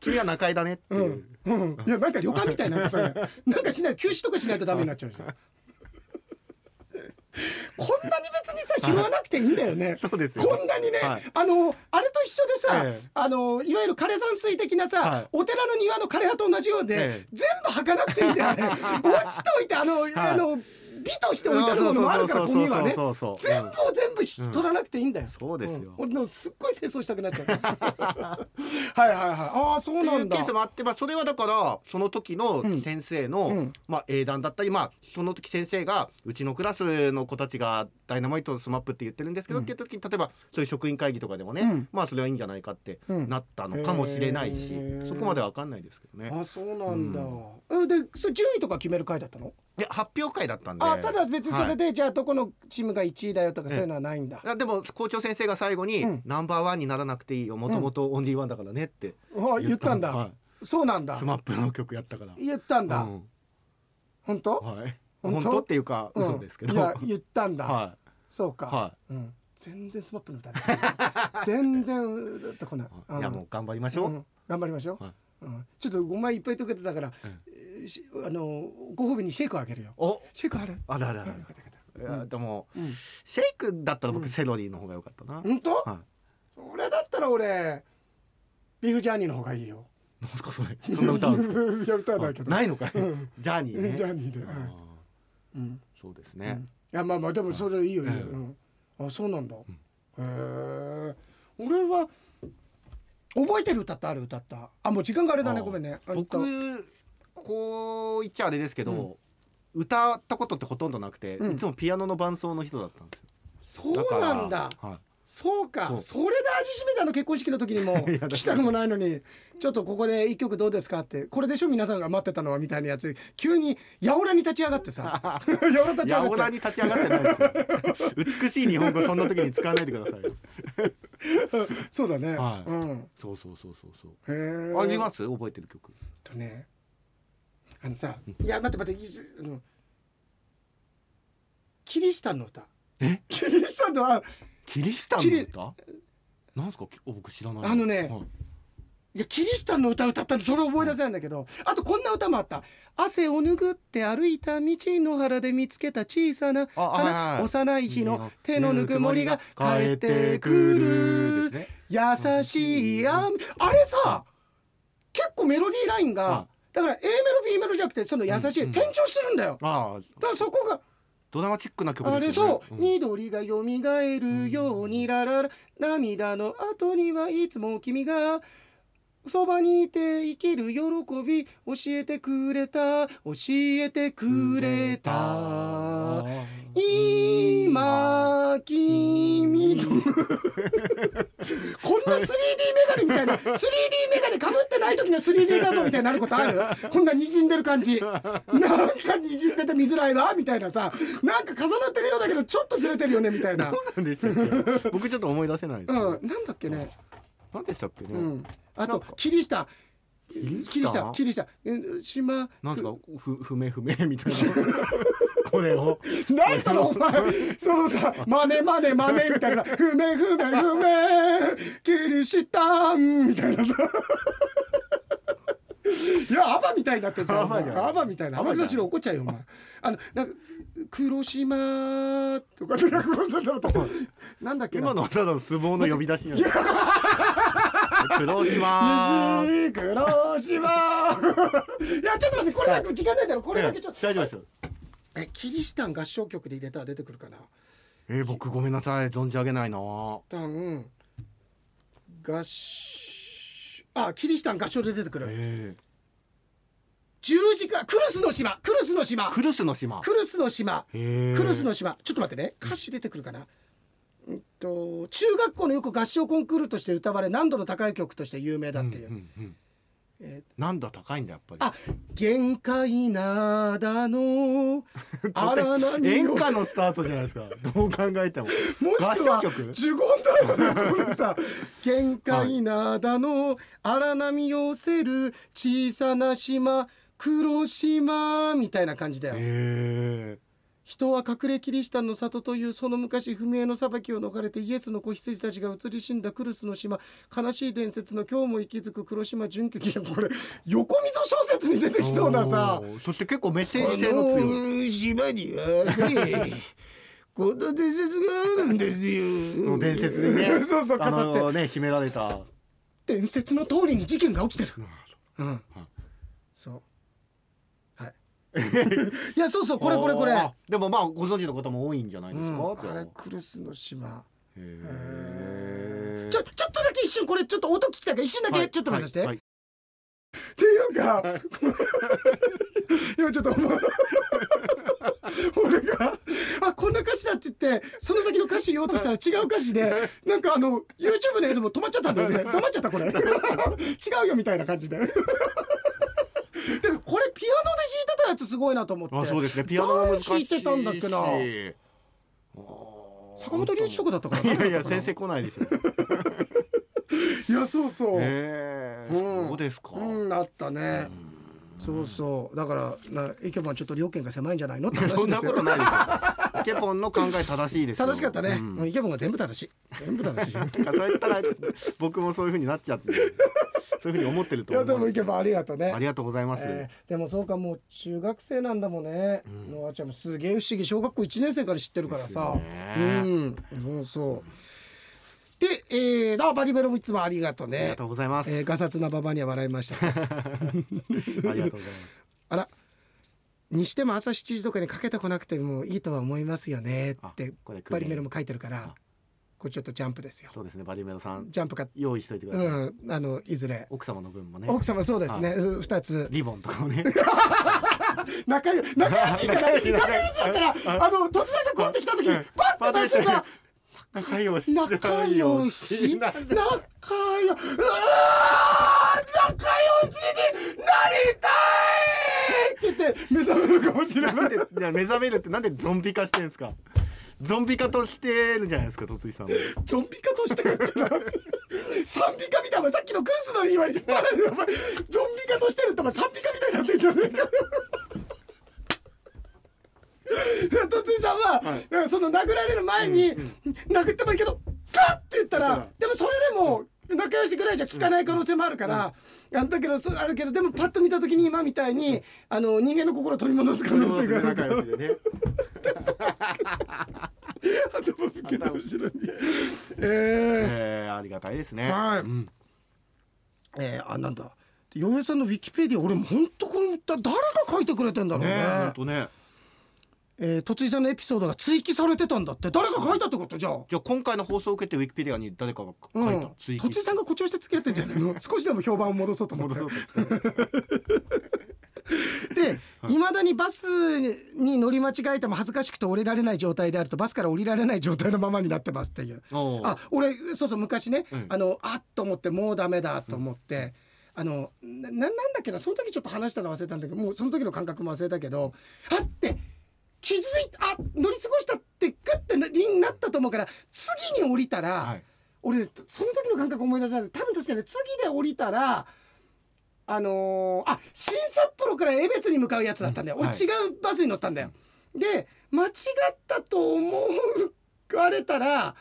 S2: 君は中井だねって
S1: う。
S2: いうん
S1: うん。
S2: [laughs]
S1: いや、なんか旅館みたいな、なんかそれ。なんかしない、休止とかしないとダメになっちゃうじゃ
S2: [laughs]
S1: ん。こんなに別にさ、拾わなくていいんだよね。
S2: そうですよ
S1: こんなにね、
S2: はい
S1: あのあれと一緒でさ、
S2: ええ
S1: あのいわゆる枯山水的なさ、
S2: はい
S1: お寺の庭の枯葉と同じようで、
S2: ええ
S1: 全部吐かなくていいんだよね
S2: [laughs]
S1: 落ちといてあの、あの美として置いてあるものもあるから
S2: そう
S1: ゴミ
S2: そうそう
S1: はね
S2: そうそうそう
S1: 全部を全部ひ取らなくていいんだよ、
S2: そうですよ
S1: 俺のすっごい清掃したくなっちゃう
S2: [laughs]
S1: はいはいはいああそう
S2: って
S1: ないん
S2: う
S1: だ
S2: ケースもあって、まあ、それはだからその時の先生の、
S1: うん
S2: まあ、英断だったり、まあ、その時先生がうちのクラスの子たちが「ダイナマイトスマップって言ってるんですけど、
S1: うん
S2: っていう時に例えばそういう職員会議とかでもね、
S1: うん
S2: まあそれはいいんじゃないかって
S1: うん
S2: なったのかもしれないし、
S1: へー
S2: そこまでは分かんないですけどね。
S1: あそうなんだ、えでそれ順位とか決める回だったの、
S2: で発表会だったんで
S1: あただ別にそれ
S2: はい
S1: で、じゃあどこのチームが1位だよとかそういうのはないんだ、
S2: いやでも校長先生が最後に、
S1: うん
S2: ナンバーワンにならなくていいよもともとオンリーワンだからね」って
S1: あ言ったんだ、
S2: は
S1: そうなんだ
S2: い、スマップの曲やったから。
S1: 言ったんだ、
S2: うん
S1: 本当、
S2: はい、
S1: 本
S2: 本
S1: 当
S2: 当っていうか
S1: うん
S2: 嘘ですけど、
S1: いや言ったんだ、
S2: は
S1: そうか、
S2: いはい
S1: うん、全然スマップの歌だ
S2: [laughs]
S1: 全然だってこない、
S2: いやもう頑張りましょう。
S1: ん頑張りましょう、
S2: はい
S1: うん、ちょっとごまいっぱい溶けてたから、
S2: うん
S1: えーしあのご褒美にシェイクをあげるよ
S2: お、
S1: シェイクある
S2: あらあら
S1: あ
S2: あ
S1: よ
S2: ら
S1: かったよかった
S2: いやでも
S1: うん
S2: シェイクだったら
S1: うん
S2: 僕セロリの方が良かったな。
S1: 本当、
S2: は
S1: 俺だったら俺ビーフジャーニーの方がいいよ
S2: い。なんすかそれ。そんな歌あるんですか。
S1: いや歌わないけど
S2: ないのかい。ジャーニー
S1: うんジャー
S2: ね。
S1: ニーで、
S2: あ
S1: うん
S2: ー
S1: うん
S2: そうです
S1: う
S2: ね
S1: ん。いやまあまあでもそれいいよいいよ、
S2: ええ
S1: うんあそうなんだ、へえ俺は覚えてる歌ってある歌ったあもう時間があれだね
S2: あー
S1: ごめんねうんと
S2: 僕こう言っちゃあれですけど、歌ったことってほとんどなくて、
S1: うん
S2: いつもピアノの伴奏の人だったんですよ
S1: そうなんだ
S2: からはい
S1: そうか
S2: そ
S1: そうれで味しめたの結婚式の時にも
S2: やだ
S1: 聞きたくもないのにちょっとここで一曲どうですかってこれでしょ皆さんが待ってたのはみたいなやつ急にやおらに立ち上がってさやおら立ち
S2: や
S1: 上
S2: お
S1: が
S2: ら
S1: って
S2: に立ち上がってないですよ美しい日本語そんな時に使わないでくださいよ
S1: [laughs] そうだね、
S2: はい
S1: うん
S2: そうそうそうそうそう
S1: へー
S2: あります覚えてる曲
S1: とねあのさいや待って待っていつあのキリシタンの歌
S2: え
S1: キリシタンのあ
S2: キリシタンの歌なんですかきお僕知らない
S1: あのね
S2: はい
S1: いやキリシタンの歌歌ったんでそれを思い出せないんだけどあとこんな歌もあった「汗を拭って歩いた道の原で見つけた小さな
S2: あはいはいは
S1: 花
S2: い
S1: 幼い日の手のぬくもりが帰ってくる」
S2: ですね
S1: 優しい雨あれさ結構メロディーラインが
S2: は
S1: だから A メロ B メロじゃなくてその優しい
S2: うんうん
S1: 転調してるんだよ
S2: ああ
S1: だからそこが
S2: ドラマチックな曲
S1: あ
S2: で
S1: れ
S2: すよね
S1: そう、緑がよみがえるようにラララ涙の後にはいつも君がそばにいて生きる喜び教えてくれた教えてくれた今君とこんな 3D メガネみたいな 3D メガネかぶってない時の 3D 画像みたいになることあるこんなにじんでる感じなんかにじんでて見づらいわみたいなさなんか重なってるようだけどちょっとずれてるよねみたいな
S2: なんでしたっけ僕ちょっと思い出せないです
S1: うん
S2: ね、
S1: なんだっけね
S2: なんでしたっけね、
S1: うんあ
S2: な
S1: と
S2: んか
S1: キリシタキ
S2: キ
S1: リ
S2: リ
S1: シ
S2: シ
S1: タ
S2: タ
S1: キリシタえ島
S2: なんですかふ不明不明みたいなこれを
S1: [laughs] 何そのお前そのさ「マネマネマネ」みたいなさ [laughs] 「ふめふめふめキリシタン」みたいなさいやアバみたいになってるじゃん
S2: アバじゃん
S1: アバみたいな
S2: ア
S1: 天
S2: バじゃん
S1: 草四郎怒っちゃうよお前あのなんか「黒島」とかってなんか黒島だとなんだっけな
S2: 今のはただの相撲の呼び出しなんです黒島
S1: 西黒島 [laughs] いやちょっと待ってこれだけ時間ないだろこれだけちょっと
S2: 大丈夫ですよ
S1: えキリシタン合唱曲で入れたら出てくるかな
S2: えー、僕ごめんなさい存じ上げないなは
S1: キリシタン合唱あキリシタン合唱で出てくる、
S2: え
S1: 十字架クルスの島クルスの島
S2: ー、クルスの島
S1: クルスの島
S2: えー、
S1: クルスの島ちょっと待ってね歌詞出てくるかな、うんと中学校のよく合唱コンクールとして歌われ難度の高い曲として有名だっていう、
S2: んうんうん
S1: え
S2: 難度は高いんだやっぱり
S1: あ限界なだ
S2: [laughs]
S1: の荒波
S2: 演
S1: を
S2: 歌のスタートじゃないですかどう考えても
S1: もしく
S2: 合
S1: は
S2: 唱
S1: [laughs]
S2: 曲
S1: 呪言だよねこれさ「限界灘の荒波寄せる小さな島黒島」みたいな感じだよ。
S2: え
S1: 人は隠れキリシタンの里というその昔不明の裁きを逃れてイエスの子羊たちが移り死んだクルスの島悲しい伝説の今日も息づく黒島純喜がこれ横溝小説に出て
S2: ー、
S1: きそうなさ。
S2: おーそして結構メッセージ性の強い
S1: の島にはねこんな伝説があるんですよ。
S2: 伝説で
S1: [laughs]
S2: ね
S1: そうそう語
S2: あ
S1: って
S2: のね秘められた
S1: 伝説の通りに事件が起きてる。うん。そう。はい。 [laughs] いやそうそうこれこれこれ。
S2: あーでもまあご存知の方も多いんじゃないで
S1: う
S2: すか、
S1: ん、
S2: と
S1: あれクルスの島。
S2: へー
S1: ちょちょっとだけ一瞬これちょっと音聞きたいから一瞬だ
S2: は
S1: け
S2: い
S1: ちょっと待たせて。
S2: はいはい
S1: っていうか、今ちょっと思う俺があこんな歌詞だって言ってその先の歌詞言おうとしたら違う歌詞でなんかあの YouTube のやつも止まっちゃったんだよね止まっちゃったこれ違うよみたいな感じで。でこれピアノで弾いてたやつすごいなと思って
S2: あそうですねピアノは難しいし
S1: 誰弾いてたんだっけな
S2: あー
S1: 坂本龍一とかだったから
S2: [laughs] いやいや先生来ないでしょ
S1: いやそうそう、
S2: へえ
S1: うん
S2: そうですか、
S1: うんあったねそうそうだからなイケボンちょっと料金が狭いんじゃないのって話ですよ
S2: そんなことないですよイケポンの考え正しいですよ
S1: 正しかったね、
S2: うん
S1: うんイケボンが全部正しい全部正し
S2: [laughs]
S1: いい
S2: なんかそう言ったら僕もそういう風になっちゃってるそういう風に思ってると思
S1: や
S2: う
S1: でもイケボンありがとうね
S2: ありがとうございます、
S1: えーでもそうかもう中学生なんだもんね、ノアちゃんもすげえ不思議小学校1年生から知ってるからさ、
S2: ですよ
S1: うんそうそうで、えー、あバリベロもいつもありがとう
S2: ありが
S1: ね
S2: とうございます、
S1: えー、ガサツなババアには笑いました
S2: ありがとうございます
S1: あらにしても朝7時とかにかけてこなくてもいいとは思いますよねっ
S2: あ
S1: て
S2: これクリーン
S1: バリメロも書いてるからこれちょっとジャンプですよ
S2: そうですねバリメロさん
S1: ジャンプか
S2: 用意しといてください、
S1: うんあのいずれ
S2: 奥様の分もね
S1: 奥様そうですねうん二つ
S2: リボンとかもね
S1: 仲良仲良しじゃない仲良
S2: 仲良し
S1: しだったらあの突然さこうやってきた時にパッと出して
S2: [laughs]
S1: さ
S2: 仲良し
S1: 仲良し
S2: [laughs] なん
S1: 仲
S2: で
S1: 良うわー仲良しになりたいって言って目覚めるかもしれ
S2: な
S1: なんい
S2: でいや目覚めるってなんでゾンビ化してんですかゾンビ化としてるじゃないですか突井さんも
S1: ゾンビ化としてるってな [laughs] 賛美歌みたいなさっきのクルスの言われてお前ゾンビ化としてるってお前賛美歌みたいになってるじゃねえか [laughs] とついさんは、うんその殴られる前に、殴ってもいいけどガッって言ったら、
S2: うん
S1: でもそれでも仲良しぐらいじゃ効かない可能性もあるから、あんだけどそうあるけどでもパッと見た時に今みたいにあの人間の心を取り戻す可能性があるか
S2: 仲
S1: ら
S2: 良しでね
S1: [laughs] 頭向けた後ろにえー
S2: えー、ありがたいですね
S1: はい
S2: うん
S1: えー、あなんだ洋平さんのウィキペディア俺も本当これ誰が書いてくれてんだろうね
S2: ね本当ね
S1: えー、とついさんのエピソードが追記されてたんだって誰が書いたってことじゃあ
S2: じゃあ今回の放送を受けてウィキペディアに誰かが
S1: う
S2: 書い
S1: ん
S2: た、追記
S1: とついさんが誇張して付き合ってんじゃないの少しでも評判を戻そうと思って
S2: 戻そうとしてる
S1: で、未だにバスに乗り間違えても恥ずかしくて降りられない状態であるとバスから降りられない状態のままになってますっていう
S2: おう
S1: あ俺そうそう昔ね、
S2: うん
S1: あのあっと思ってもうダメだと思って、あのなななんだっけなその時ちょっと話したの忘れたんだけどもうその時の感覚も忘れたけどあって気づいたあ乗り過ごしたってグッてなになったと思うから次に降りたら、
S2: はい
S1: 俺その時の感覚思い出さない多分確かに次で降りたらあのーあ新札幌から江別に向かうやつだったんだよ、
S2: うん
S1: 俺
S2: はい
S1: 違うバスに乗ったんだよ、で間違ったと思われたら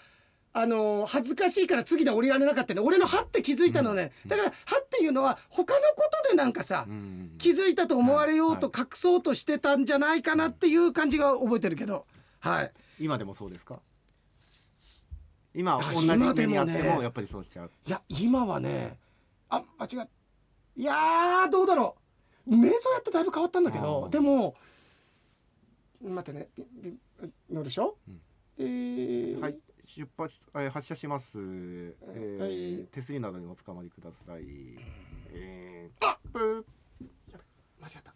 S1: あのー恥ずかしいから次で降りられなかったね俺の「は」って気づいたのね、だから「は」っていうのは他のことでなんかさ、
S2: うん
S1: 気づいたと思われようと
S2: は
S1: 隠そうとしてたんじゃないかなっていう感じが覚えてるけどはい
S2: 今でもそうですか今
S1: あ
S2: 同じ
S1: 今で
S2: 目
S1: もね
S2: にあってもやっぱりそうしちゃう
S1: いや今はねあ間違っいやーどうだろう瞑想やってだいぶ変わったんだけ
S2: あ
S1: ど
S2: ー
S1: でも待ってねびび乗るでしょ、
S2: うん
S1: えー
S2: はい、出発、えー発車します。えー
S1: はい
S2: 手すりなどにお捕まりください。えー、
S1: あ
S2: ぷ
S1: 間違った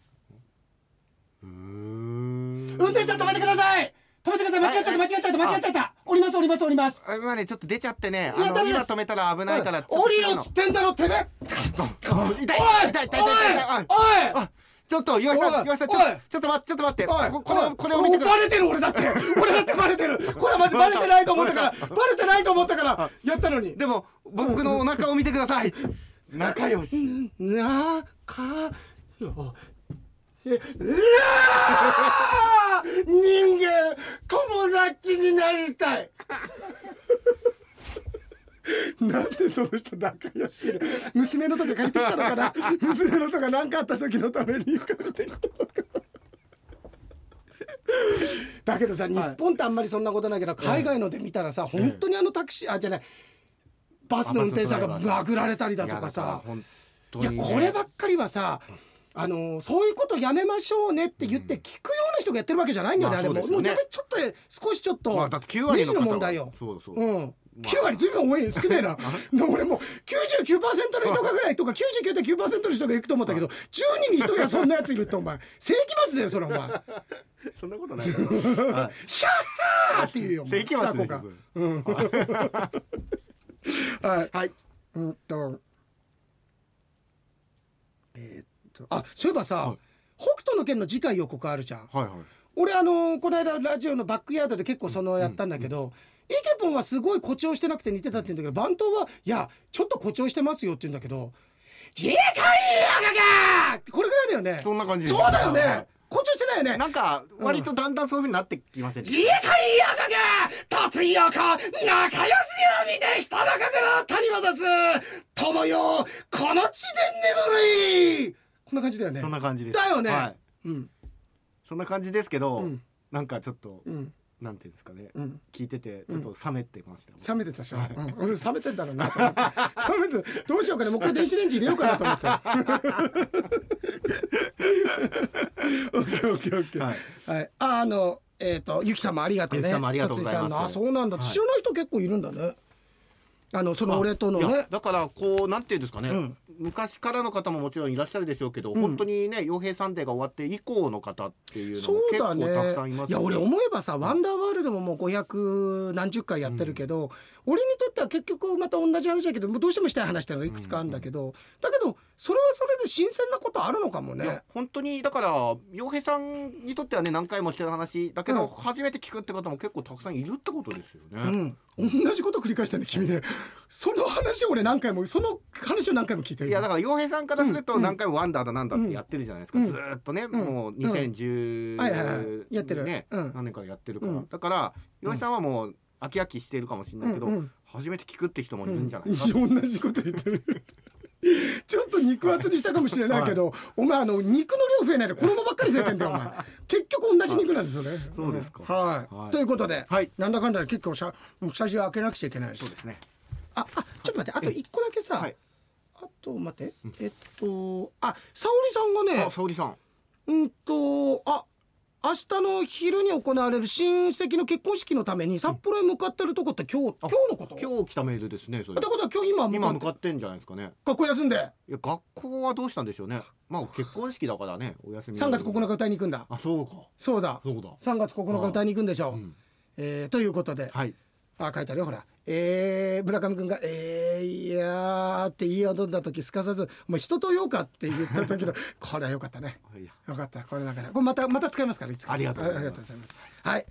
S2: ー
S1: 運転手さん止めてください止めてください間違っちゃった間違っちゃった間違っちゃった降ります降ります降ります
S2: あ今ねちょっと出ちゃってね
S1: いや
S2: あ
S1: ダメ
S2: の
S1: で
S2: 今
S1: す
S2: 止めたら危ないから、
S1: うん降りよっつってんだろてめえ
S2: ちょっと痛い痛い
S1: おい
S2: 痛い痛い痛い
S1: おい
S2: 痛いああちょっと岩井
S1: お
S2: さ
S1: い
S2: ん岩井さんちょ
S1: おい
S2: ちょっと待ってちょっと待って
S1: おい
S2: ここれ
S1: おい
S2: をこれを見てくだ
S1: バレてる俺だって俺だってバレてるこれはまずバレてないと思った
S2: [laughs]
S1: からバレてないと思ったからやったのに
S2: でも僕のお腹を見てく
S1: [laughs]
S2: ださい仲良し
S1: なかよえうわー人間友達になりたいなんでその人仲良しで娘のとか借りてきたのかな娘のとか何かあった時のために借りてきたのかだけどさ日本ってあんまりそんなことないけど、海外ので見たらさ、本当にあのタクシーあじゃないバスの運転手さんが殴られたりだとか
S2: いやだ
S1: さ
S2: ら本当
S1: いや
S2: にね
S1: こればっかりはさ、あのーそういうことやめましょうねって言って聞くような人がやってるわけじゃないんだよね、
S2: まあ
S1: あ、れも、
S2: そう
S1: もう
S2: です
S1: ちょ
S2: よね
S1: っと少しちょっと、
S2: まあだって9割の
S1: ネジ
S2: 方は
S1: の問題よ。
S2: そうそう
S1: うん9割ずいぶん多い少ねえ
S2: [laughs]
S1: なで俺もう99%の人かぐらいとか99.9%の人が行くと思ったけど10人に1人はそんなやついるってお前世紀末だよそれお
S2: [laughs]
S1: 前
S2: そんなことないだ
S1: [laughs]
S2: ろはい
S1: ヒャッハーって言うよお前
S2: 世紀末でし
S1: 雑
S2: ょそ
S1: 魚
S2: れ
S1: がはい
S2: はい
S1: うんとえーっとあそういえばさ、
S2: はい
S1: 北斗の拳の次回予告あるじゃん
S2: はいはい
S1: 俺あのーこの間ラジオのバックヤードで結構そのやったんだけど、イケポンはすごい誇張してなくて似てたって言うんだけど番頭はいやちょっと誇張してますよって言うんだけど「次回予告!」これぐらいだよね
S2: そんな感じです
S1: そうだよね、
S2: はい
S1: 誇張してないよね
S2: なんか割とだんだんそういうふうになってきません
S1: 自衛官横が達横仲良しを見て人中から谷間立つ友よこの地で眠るいこんな感じだよね
S2: そんな感じです
S1: だよね、
S2: はい、
S1: うん
S2: そんな感じですけど、
S1: うん
S2: なんかちょっと、
S1: うん
S2: なんていうんですかね、
S1: うん
S2: 聞いててちょっと冷めてま [laughs] した、
S1: 冷めてたでしょ、うん、俺冷めてんだろうなと思って冷めてどうしようかねもう一回電子レンジ入れようかなと思って [laughs] オッケーオッケーオッケー
S2: はい
S1: はい、ああのえっ、とゆきさんもありがとうね。
S2: ゆきさんもありがとうございま
S1: 勝
S2: す
S1: 地さんのあそうなんだ。
S2: はい
S1: 知らない人結構いるんだね。あのその俺との
S2: い
S1: ね
S2: や。だからこうなんていうんですかね、
S1: うん
S2: 昔からの方ももちろんいらっしゃるでしょうけど、本当にね「傭兵サンデー」が終わって以降の方っていうの
S1: そ
S2: も
S1: う
S2: 結
S1: だ
S2: 構
S1: ね
S2: たくさんいますよね
S1: いや俺思えばさ「ワンダーワールド」ももう500何十回やってるけど、俺にとっては結局また同じ話だけどもうどうしてもしたい話っていうのがいくつかあるんだけど、だけどそれはそれで新鮮なことあるのかも
S2: いや
S1: ね。
S2: 本当にだから洋平さんにとってはね何回もしてる話だけど、
S1: うん
S2: 初めて聞くって方も結構たくさんいるってことですよね。
S1: うん、同じこと繰り返したね君ねその話俺何回もその話を何回も聞いてる
S2: いやだから洋平さんからする
S1: うん
S2: と
S1: うん
S2: 何回も「ワンダーだなんだ」ってやってるじゃないですか、
S1: うん
S2: ずーっとね、
S1: ん
S2: も
S1: は
S2: う
S1: いはいはい
S2: 2010
S1: やってる
S2: ね、
S1: うん
S2: 何年からやってるから、
S1: うん
S2: だから洋平さんはもう飽き飽きしているかもしれないけど、
S1: うんうん
S2: 初めて聞くって人もいるんじゃないかな、
S1: 同じこと言ってる [laughs] ちょっと肉厚にしたかもしれないけ
S2: [laughs]
S1: ど、お前あの肉の量増えないで衣ばっかり増えてんだよお前結局同じ肉なんですよね
S2: そうですか
S1: はい、
S2: はい
S1: ということで、
S2: はい
S1: なんだかんだで結構しゃもう最初開けなくちゃいけないし
S2: そうですね
S1: ああちょっと待ってあと一個だけさ、
S2: はい
S1: あと待ってえっとあ沙織さんがね
S2: あ沙織さん
S1: うんとあ明日の昼に行われる親戚の結婚式のために札幌へ向かってるとこって今日、今
S2: あ
S1: 日のこと
S2: 今日来たメールですねそれ
S1: ってことは今日今向か
S2: 今
S1: っ
S2: 向
S1: て
S2: かってんじゃないですかね
S1: 学校休んで
S2: いや学校はどうしたんでしょうねまあ結婚式だからねお休み
S1: 3月9日歌いに行くんだ
S2: あそうか
S1: そうだ
S2: そうだ
S1: 3月9日歌いに行くんでしょう、
S2: うん
S1: えーということで、
S2: はい
S1: あ書いてあるよほらえー、村上君が「えー、いやー」って言い宿んだ時すかさず「もう人とようか」って言った時
S2: [laughs]
S1: のこれはよかったね
S2: あいや
S1: よかったこれだからこれまたまた使いますからいつか
S2: ありがとうございます
S1: ざいますはい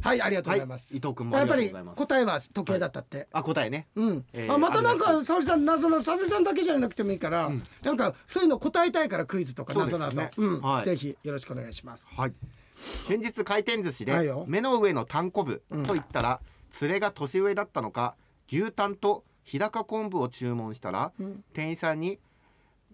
S1: はいありがとうございます、
S2: はい伊藤君も
S1: やっぱ
S2: あり
S1: り
S2: がとうございます
S1: 答えは時計だったって、
S2: あ答えね
S1: うん
S2: えー
S1: あまたなん
S2: ありがとう
S1: か沙織さん謎の沙織さんだけじゃなくてもいいから、なんかそういうの答えたいからクイズとか
S2: そうで
S1: 謎
S2: すね
S1: 々う、ん
S2: はい
S1: ぜひよろしくお願いします。
S2: はい先日回転寿司
S1: はい
S2: で
S1: よ
S2: 目の上のタンコブと言ったら、連れが年上だったのか牛タンと日高昆布を注文したら、店員さんに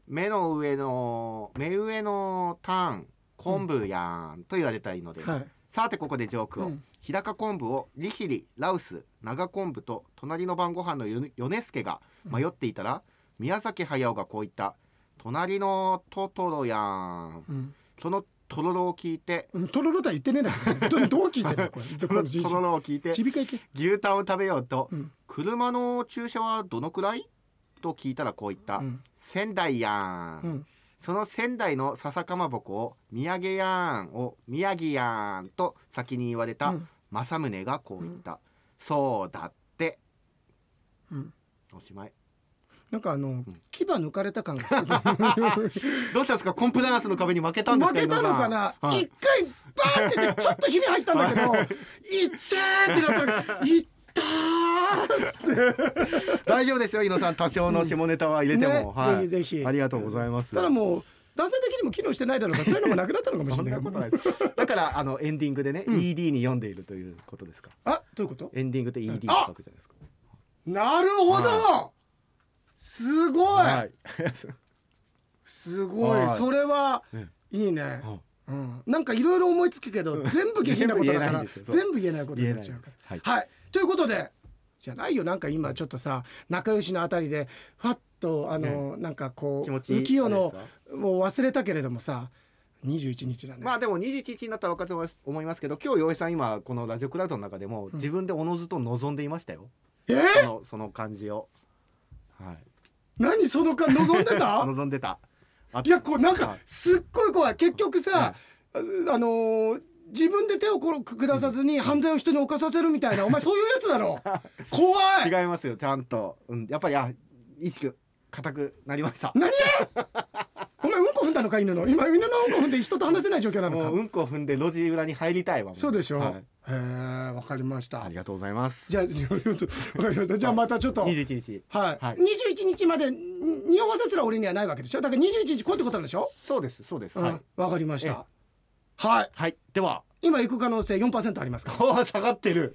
S2: 目の上の目上のタン昆布やんと言われたいので、
S1: はい
S2: さてここでジョークを、
S1: うん
S2: 日高昆布を利尻ラウス長昆布と隣の晩ご飯のよ米助が迷っていたら、宮崎駿がこう言った隣のトトロやん
S1: うん
S2: そのとろろを聞いて
S1: うん、とろろとは言ってねえだろ。どどう聞いてるのこれ。ど
S2: と
S1: こ
S2: ろ
S1: のじいじ
S2: ろを聞いて
S1: ちびかいけ。
S2: 牛タンを食べようと、
S1: うん
S2: 車の駐車はどのくらいと聞いたらこう言った、
S1: うん
S2: 仙台やん、
S1: うん。
S2: その仙台の笹かまぼこを「土産やん」を「宮城やん」と先に言われた
S1: うん
S2: 政宗がこう言った、そうだって
S1: うん。
S2: おしまい
S1: なんかあの、牙抜かれた感がす
S2: [laughs]
S1: る。 [laughs]
S2: どうしたんですかコンプライアンスの壁に負けたんです
S1: 負
S2: か
S1: けたのかな
S2: 井。上さんはい
S1: 一回バーンって言ってちょっとひび入ったんだけど、痛ーってなったから、痛ーっつ
S2: [laughs]
S1: って。
S2: 大丈夫ですよ井野さん多少の下ネタは入れても、
S1: ね
S2: はい、
S1: ぜひぜひ
S2: ありがとうございます
S1: ただもう男性的にも機能してないだろうから、そういうのもなくなったのかもし
S2: そ
S1: れ
S2: ん
S1: ない
S2: なことないです [laughs] だからあのエンディングでね、ED に読んでいるということですか
S1: あ、どういうこと？
S2: エンディングで ED って書くじゃないですか
S1: なるほど、
S2: は
S1: すごい、
S2: はい [laughs]
S1: すごい、
S2: はい
S1: それは
S2: ね
S1: いいね、
S2: はい
S1: うん、なんかいろいろ思いつくけど全部下品なことだから
S2: 全部言えないんですよそう
S1: 全部言えないことになっちゃうから
S2: 言えないです
S1: はい、ということでじゃないよなんか今ちょっとさ仲良しのあたりでファッとあの、なんかこう
S2: 気持ちいい
S1: 浮世の
S2: あれです
S1: もう忘れたけれどもさ21日だね、
S2: まあでも21日になったら分かると思います思いますけど今日洋平さん今このラジオクラウドの中でも自分でおのずと望んでいましたよ、
S1: えー
S2: そのその感じを、はい、
S1: 何その間望んでた
S2: [laughs] 望んでたあ
S1: いやこうなん
S2: は
S1: か
S2: い
S1: すっごい怖い結局さ、ああのー自分で手をこ下さずに犯罪を人に犯させるみたいなお前そういうやつだ
S2: [laughs]
S1: ろ怖い
S2: 違いますよちゃんと、うん、やっぱりあ意識固くなりました
S1: 何やお前うんこ踏んだのか犬の今犬のうんこ踏んで人と話せない状況なの
S2: も
S1: か
S2: ううんこ踏んで路地裏に入りたいわも
S1: そうでしょ、
S2: はい
S1: へえわかりました
S2: ありがとうございます
S1: じゃあちょっとわかりましたじゃあまたちょっとはい、
S2: 21日はい
S1: 21日までに匂わせすら俺にはないわけでしょだから21日こうってことなんでしょ
S2: そうですそうです、
S1: うん
S2: はい、
S1: わかりましたはい
S2: はい、では
S1: 今行く可能性4%ありますか
S2: [laughs] おー下がってる